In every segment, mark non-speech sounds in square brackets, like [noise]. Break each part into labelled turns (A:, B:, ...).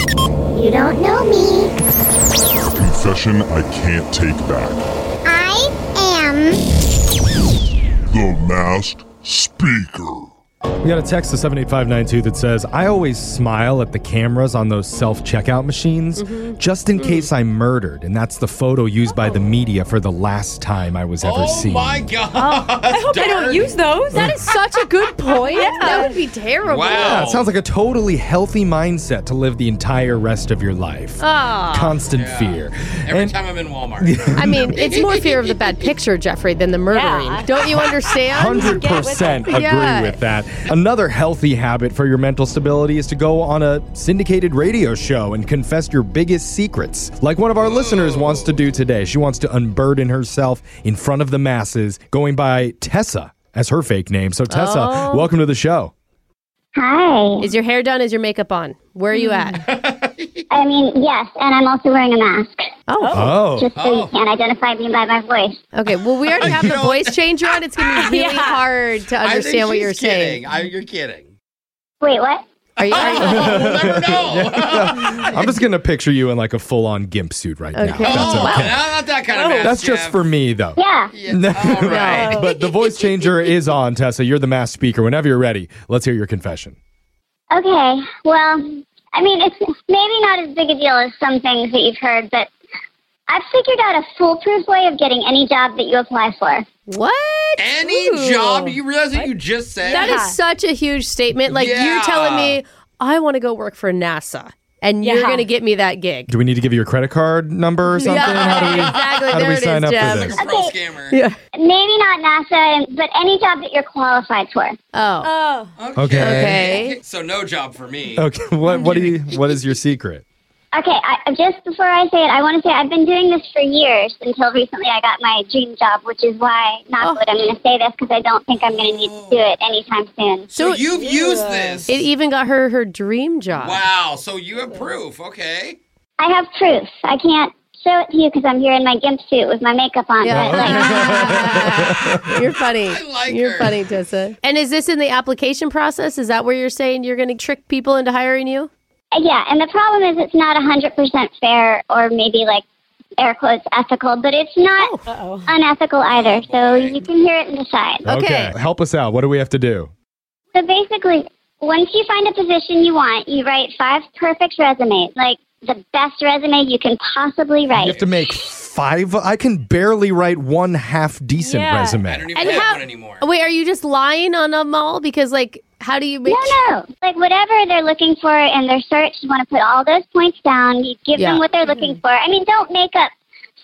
A: You don't know me.
B: Confession I can't take back.
A: I am.
B: The Masked Speaker.
C: We got a text to 78592 that says, I always smile at the cameras on those self checkout machines
D: Mm-hmm.
C: just in case I'm murdered. And that's the photo used by the media for the last time I was ever
D: Oh
C: seen.
D: my god!
E: I hope I don't use those.
F: That is such a
E: [laughs]
F: good point. That would be terrible.
C: Yeah,
D: Wow!
C: it sounds like a totally healthy mindset to live the entire rest of your life.
D: Ah.
C: Constant fear.
D: Every
C: and
D: time I'm in Walmart.
F: I mean, it's more fear of the
E: [laughs]
F: bad picture, Jeffrey, than the murdering.
E: Yeah.
F: Don't
C: [laughs]
F: you understand?
C: 100% agree
F: Yeah.
C: with that. Another healthy habit for your mental stability is to go on a syndicated radio show and confess your biggest secrets. Like one of our listeners wants to do today. She wants to unburden herself in front of the masses, going by Tessa as her fake name. So, Tessa, welcome to the show.
A: Hi.
F: Is your hair done? Is your makeup on? Where are you
E: [laughs]
F: at?
A: I mean, yes, and I'm also wearing a mask.
F: Oh.
C: Oh.
A: Just so you can't identify me by my voice.
F: Okay. Well,
D: [laughs]
F: we already have the voice changer on. It's going to
E: [laughs]
F: be really
E: Oh. Yeah.
F: hard to
D: I think
F: understand what
D: she's
F: you're
D: kidding.
F: saying.
D: I, you're kidding.
A: Wait, what?
F: Are you, are you-
D: [laughs] Oh, we'll never know.
C: I'm just going to picture you in like a full on gimp suit right now.
D: [laughs]
F: Okay.
C: That's
D: Oh,
C: okay.
D: no, not that kind of mask,
C: That's just
D: Jeff.
C: for me, though.
A: Yeah.
C: [laughs]
D: Yeah, All right.
C: but the voice changer is on, Tessa. You're the mass speaker. Whenever you're ready, let's hear your confession.
A: Okay. Well, I mean, it's maybe not as big a deal as some things that you've heard, but I've figured out a foolproof way of getting any job that you apply for.
F: what?
D: Any
F: Ooh.
D: job? Do you realize what you just said?
F: That is such a huge statement. Like you're
D: Yeah.
F: telling me, I want to go work for NASA, and you're
E: Yeah.
F: going to get me that gig.
C: Do we need to give you a credit card number or something? How do we,
F: [laughs] exactly.
C: how do
F: there
C: we
F: it is,
C: sign up
F: Jeff.
C: for this?
D: a pro scammer.
F: Yeah.
A: Maybe not NASA, but any job that you're qualified for.
F: Oh.
E: Oh,
C: Okay.
F: Okay.
D: So no job for me.
C: Okay. What what do you
F: [laughs]
C: what is your secret?
A: Okay, I, uh, just before I say it, I want to say I've been doing this for years until recently I got my dream job, which is why, not wood, I'm going to say this because I don't think I'm going to need to do it anytime soon.
D: So,
F: So it,
D: you've used this.
F: it even got her her dream job.
D: wow. So you have proof. Okay.
A: I have proof. I can't show it to you because I'm here in my gimp suit with my makeup on.
F: Yeah.
A: But, like,
F: [laughs] You're funny.
D: I like
F: you're
D: her.
F: funny, Tessa. And is this in the application process? Is that where you're saying you're going to trick people into hiring you?
A: uh, yeah, and the problem is it's not 100% fair or maybe like air quotes ethical, but it's not
E: uh-oh.
A: unethical either. So you can hear it and decide.
F: Okay.
C: Help us out. What do we have to do?
A: So basically, once you find a position you want, you write five perfect resumes, like the best resume you can possibly
C: You
A: write.
C: have to make five I can barely write one half decent
E: Yeah.
D: I don't
C: resume.
D: even
F: And
D: have
F: how-
D: one
F: [laughs]
D: anymore.
F: Wait, are you just lying on them all? Because like, how do you make?
A: No, no. Like whatever they're looking for in their search, you want to put all those points down. You give
F: Yeah.
A: them what they're
D: Mm-hmm.
A: looking for. I mean, don't make up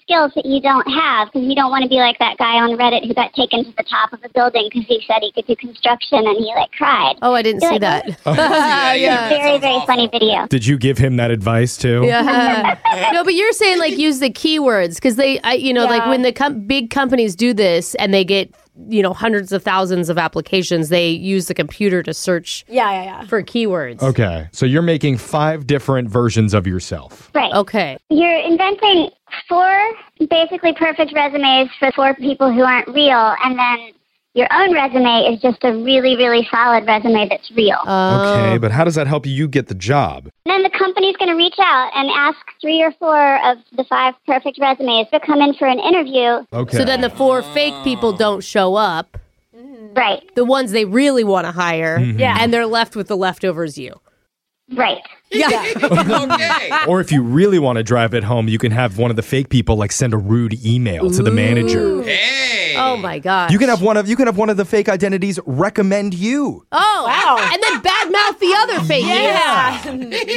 A: skills that you don't have because you don't want to be like that guy on Reddit who got taken to the top of a building because he said he could do construction and he like cried.
F: Oh, I didn't see that.
D: yeah, yeah. that
A: very,
D: sounds
A: very
D: awful.
A: funny video.
C: Did you give him that advice too?
F: [laughs] Yeah. no, but you're saying like use the keywords because they, I, you know, like
E: Yeah.
F: when the com- big companies do this and they get, you know, hundreds of thousands of applications, they use the computer to search
E: yeah, yeah, yeah.
F: for keywords.
C: Okay. So you're making five different versions of yourself.
A: Right.
F: Okay.
A: You're inventing four basically perfect resumes for four people who aren't real, and then your own resume is just a really, really solid resume that's real.
C: Uh.
F: Um,
C: Okay, but how does that help you get the job?
A: And then the company's going to reach out and ask three or four of the five perfect resumes to come in for an interview.
C: Okay.
F: So then the four fake people don't show up.
A: Right,
F: The ones they really want to hire,
D: Mm-hmm.
E: Yeah.
F: and they're left with the leftovers. You,
A: right.
F: yeah,
D: [laughs] okay.
C: Or if you really want to drive it home, you can have one of the fake people like send a rude email to the manager.
D: Hey.
F: Oh my god.
C: You can have one of you can have one of the fake identities recommend you.
F: Oh,
E: Wow.
F: and then badmouth the other fake.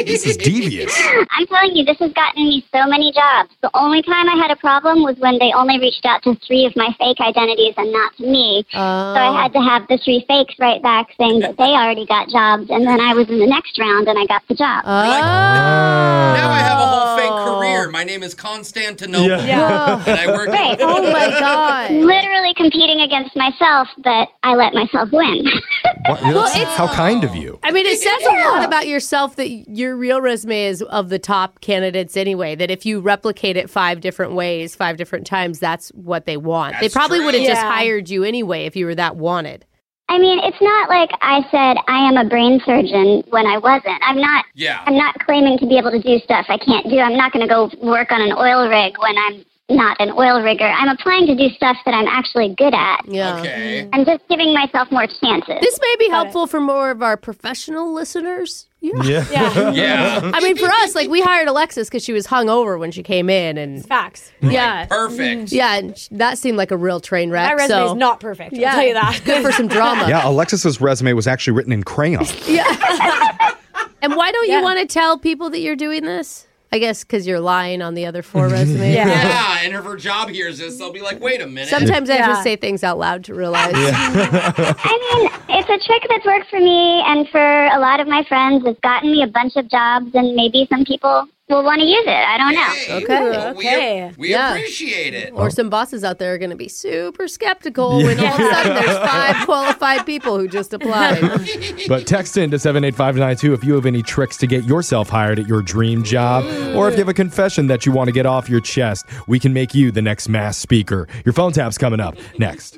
C: This is devious.
A: I'm telling you, this has gotten me so many jobs. The only time I had a problem was when they only reached out to three of my fake identities and not to me. So I had to have the three fakes write back saying that they already got jobs, and then I was in the next round and I got the job.
D: Oh. Now I have a whole fake career. My name is Constantinople.
C: Yeah.
D: [laughs] And I work.
A: Right.
F: Oh my god.
A: Literally competing against myself, but I let myself win. [laughs]
C: What- that's- how kind of you.
F: I mean, it says a lot about yourself that your real resume is of the top candidates anyway. That if you replicate it five different ways, five different times, that's what they want. they
D: That's
F: probably
D: true.
F: would have just
E: Yeah.
F: hired you anyway if you were that wanted.
A: I mean, it's not like I said I am a brain surgeon when I wasn't. I'm not.
D: Yeah.
A: I'm not claiming to be able to do stuff I can't do. I'm not going to go work on an oil rig when I'm not an oil rigger. I'm applying to do stuff that I'm actually good at.
D: [laughs]
F: Yeah.
D: Okay.
A: I'm just giving myself more chances.
F: This may be helpful for more of our professional listeners. Yeah.
D: [laughs]
E: Yeah.
D: Yeah.
F: I mean, for us, like we hired Alexis because she was hungover when she came in, and
E: Facts.
F: yeah,
D: Perfect.
F: yeah, and sh- that seemed like a real train wreck.
E: My resume
F: so
E: is not perfect.
F: yeah,
E: I'll tell you that.
F: [laughs] Good for
E: [laughs]
F: some drama.
C: Yeah, Alexis's resume was actually written in crayon.
F: And why don't
E: Yeah.
F: you want to tell people that you're doing this? I guess because you're lying on the other four resumes.
E: Yeah.
D: Yeah, and if her job hears this, they'll be like, wait a minute.
F: Sometimes I
E: Yeah.
F: just say things out loud to realize.
A: I mean, it's a trick that's worked for me and for a lot of my friends. It's gotten me a bunch of jobs, and maybe some people will want to use it. I don't know.
D: Hey,
F: Okay.
D: well, we-
E: Okay.
D: We,
F: Yeah.
D: appreciate it.
F: Or some bosses out there are going to be super skeptical when all of a sudden there's five qualified people who just applied.
C: But text in to 78592 if you have any tricks to get yourself hired at your dream job, or if you have a confession that you want to get off your chest. We can make you the next mass speaker. Your phone tap's coming up next.